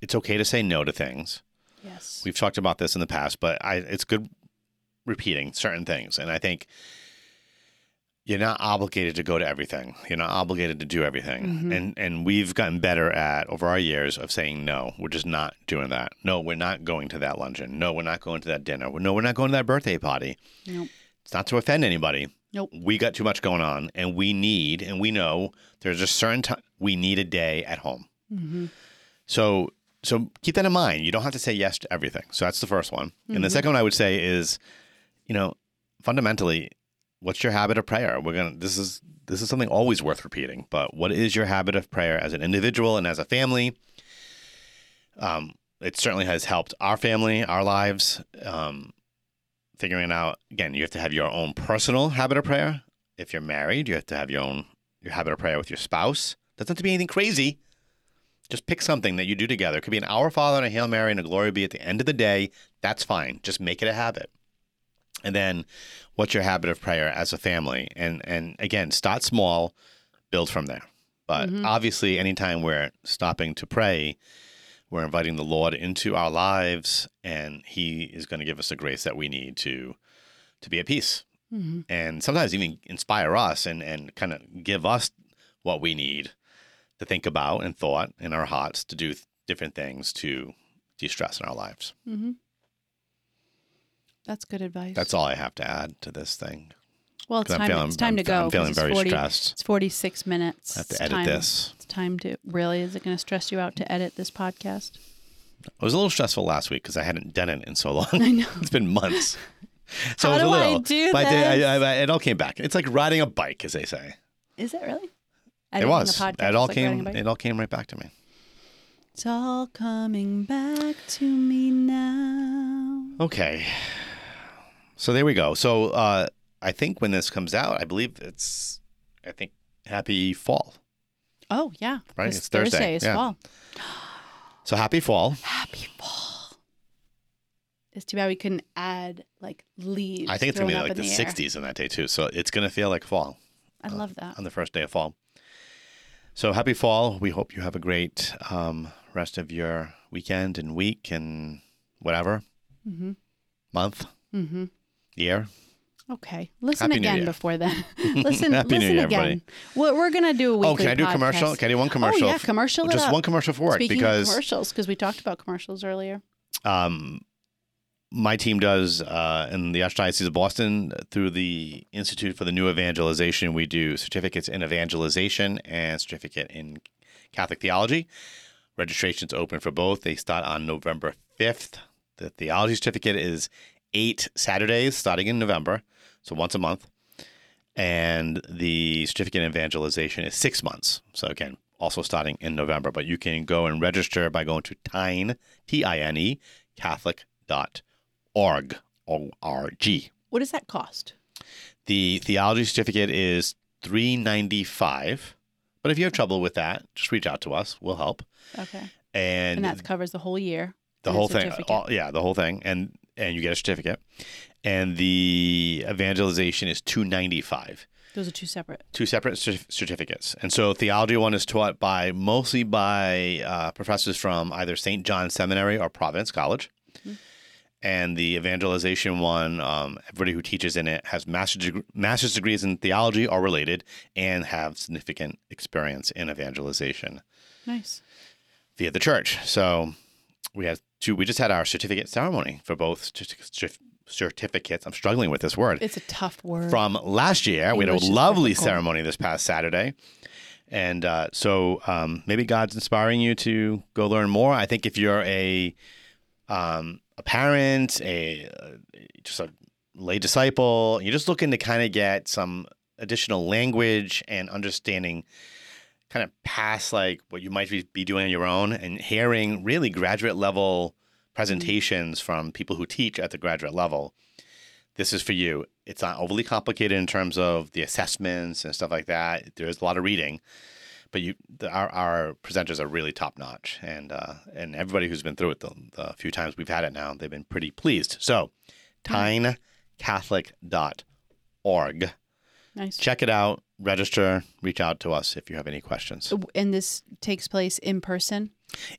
it's okay to say no to things. Yes. We've talked about this in the past, but I, it's good repeating certain things, and I think you're not obligated to go to everything. You're not obligated to do everything. Mhm. And and we've gotten better at over our years of saying no. We're just not doing that. No, we're not going to that luncheon. No, we're not going to that dinner. No, we're not going to that birthday party. Nope. It's not to offend anybody. Nope. We got too much going on and we need and we know there's a certain time we need a day at home. Mm-hmm. So so keep that in mind. You don't have to say yes to everything. So that's the first one. And the Mhm. second one I would say is, you know, fundamentally, what's your habit of prayer? We're gonna this is this is something always worth repeating. But what is your habit of prayer as an individual and as a family? Um, it certainly has helped our family, our lives. Um, figuring out again, you have to have your own personal habit of prayer. If you're married, you have to have your own your habit of prayer with your spouse. Doesn't have to be anything crazy. Just pick something that you do together. It could be an Our Father and a Hail Mary and a Glory Be at the end of the day. That's fine. Just make it a habit. And then, what's your habit of prayer as a family? And and again, start small, build from there. But Mhm. obviously, anytime we're stopping to pray, we're inviting the Lord into our lives, and He is going to give us the grace that we need to to be at peace Mm-hmm. and sometimes even inspire us and, and kind of give us what we need to think about and thought in our hearts to do th- different things to de-stress in our lives. Mm-hmm. That's good advice. That's all I have to add to this thing. well. It's 'Cause time. it's time to I'm- go. I'm 'cause feeling it's very 40 stressed. It's forty-six minutes. I have It's to edit time- this. It's time to really. Is it going to stress you out to edit this podcast? [laughs] It was a little stressful last week because I hadn't done it in so long. [laughs] I know. it's been months. So it How was a do I little, do but I did- this? I- I- it all came back. It's like riding a bike, as they say. Is it really? it Editing was. The podcast it is all like riding a came. bike? It all came right back to me. It's all coming back to me now. Okay. So there we go. So uh, I think when this comes out, I believe it's, I think, happy fall. Oh yeah, Right, 'cause it's Thursday, is yeah. fall. So happy fall. Happy fall. It's too bad we couldn't add like leaves. I think it's going to be thrown up like in the, air. 60s on that day, too. So it's going to feel like fall I love that. on the first day of fall. So happy fall. We hope you have a great um, rest of your weekend and week and whatever, Mm-hmm. month, Mm-hmm. year. Okay. Listen Happy New again Year. [laughs] before then. [laughs] listen. Happy New listen Year, again. everybody. We're, we're gonna do a weekly. oh, can I do a commercial? podcast. Can I do one commercial? Oh yeah, commercial. it Just up. one commercial for it Speaking of because commercials, because we talked about commercials earlier. um, my team does uh, in the Archdiocese of Boston through the Institute for the New Evangelization. We do certificates in evangelization and certificate in Catholic theology. Registration's open for both. They start on November 5th. The theology certificate is eight Saturdays starting in November, so once a month. And the certificate in evangelization is six months. So again, also starting in November. But you can go and register by going to Tine, T I N E, Catholic.org, O R G. What does that cost? The theology certificate is 395 But if you have trouble with that, just reach out to us. We'll help. Okay. And, And that covers the whole year. the and a whole thing. certificate. All, yeah, the whole thing. And and you get a certificate. And the evangelization is 295 Those are two separate. two separate certif- certificates. And so theology one is taught by mostly by uh, professors from either St. John Seminary or Providence College. Mhm. And the evangelization one, um, everybody who teaches in it has master's, deg- master's degrees in theology or related and have significant experience in evangelization Nice. via the church. So we had two, we just had our certificate ceremony for both certi- certif- certificates. I'm struggling with this word It's a tough word. from last year. we had English is a lovely difficult. ceremony this past Saturday. And uh, so um, maybe God's inspiring you to go learn more. I think if you're a um, a parent, a uh, just a lay disciple, you're just looking to kind of get some additional language and understanding kind of past like what you might be- be doing on your own and hearing really graduate level presentations from people who teach at the graduate level this is for you it's not overly complicated in terms of the assessments and stuff like that there's a lot of reading but you the, our, our presenters are really top notch and uh, and everybody who's been through it the, the few times we've had it now they've been pretty pleased so tinecatholic.org nice. check it out register reach out to us if you have any questions And this takes place in person.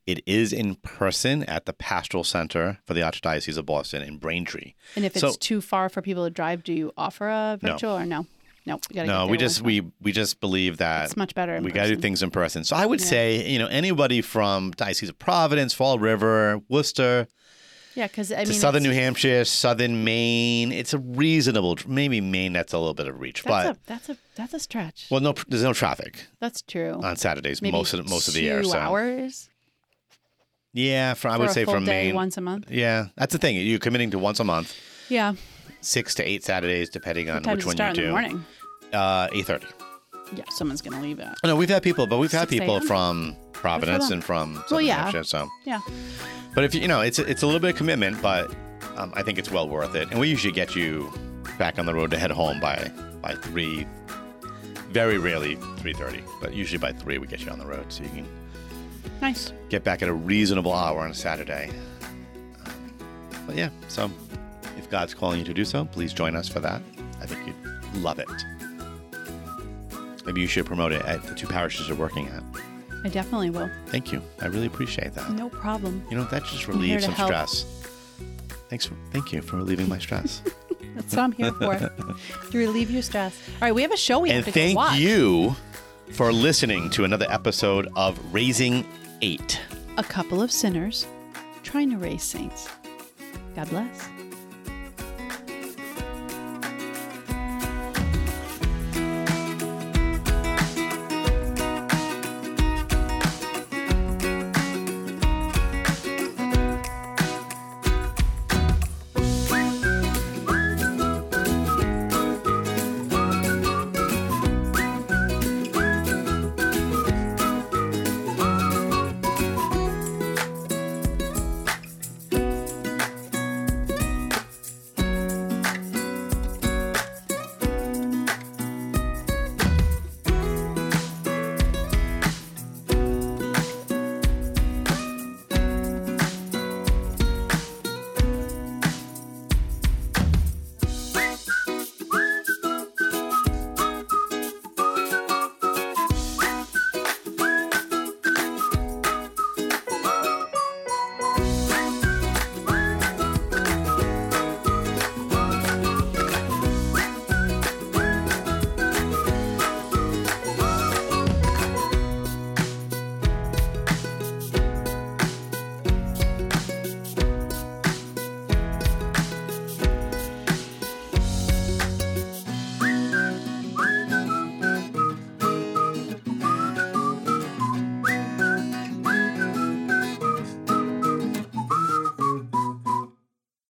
it is in person at the pastoral center for the archdiocese of boston in braintree And if it's So- too far for people to drive, do you offer a No. virtual or no? Nope. We gotta No, get we there just with- we we just believe that It's much better. in we got to do person. things in person. So I would say, you know, anybody from Diocese of Providence, Fall River, Worcester, Yeah, because I mean, to southern it's- New Hampshire, southern Maine, it's a reasonable. Maybe Maine, that's a little bit of reach, that's but a that's a that's a stretch. well, no, there's no traffic that's true. on Saturdays Maybe most of most of the year. two So hours. yeah, from, I would for a say full from day, Maine. once a month. Yeah, that's the thing. You're committing to once a month, Yeah, six to eight Saturdays, depending on time which to one start you do. in the morning. Uh, eight thirty. Yeah, someone's gonna leave it. No, we've had people, but we've had 6 people a.m.? from Providence them. and from Southern New yeah. Hampshire. So, Yeah, but if you, you know, it's it's a little bit of commitment, but um, I think it's well worth it. And we usually get you back on the road to head home by by three. Very rarely three thirty, but usually by three we get you on the road, so you can nice. get back at a reasonable hour on a Saturday. Um, but yeah, so if God's calling you to do so, please join us for that. I think you'd love it. Maybe you should promote it at the two parishes you're working at. I definitely will. Thank you. I really appreciate that. No problem. You know, that just I'm here relieves to some help. stress. Thanks. For, thank you for relieving my [laughs] stress. That's what I'm here for. to relieve your stress. All right, we have a show we and have to go thank watch. you for listening to another episode of Raising Eight. A couple of sinners trying to raise saints. God bless.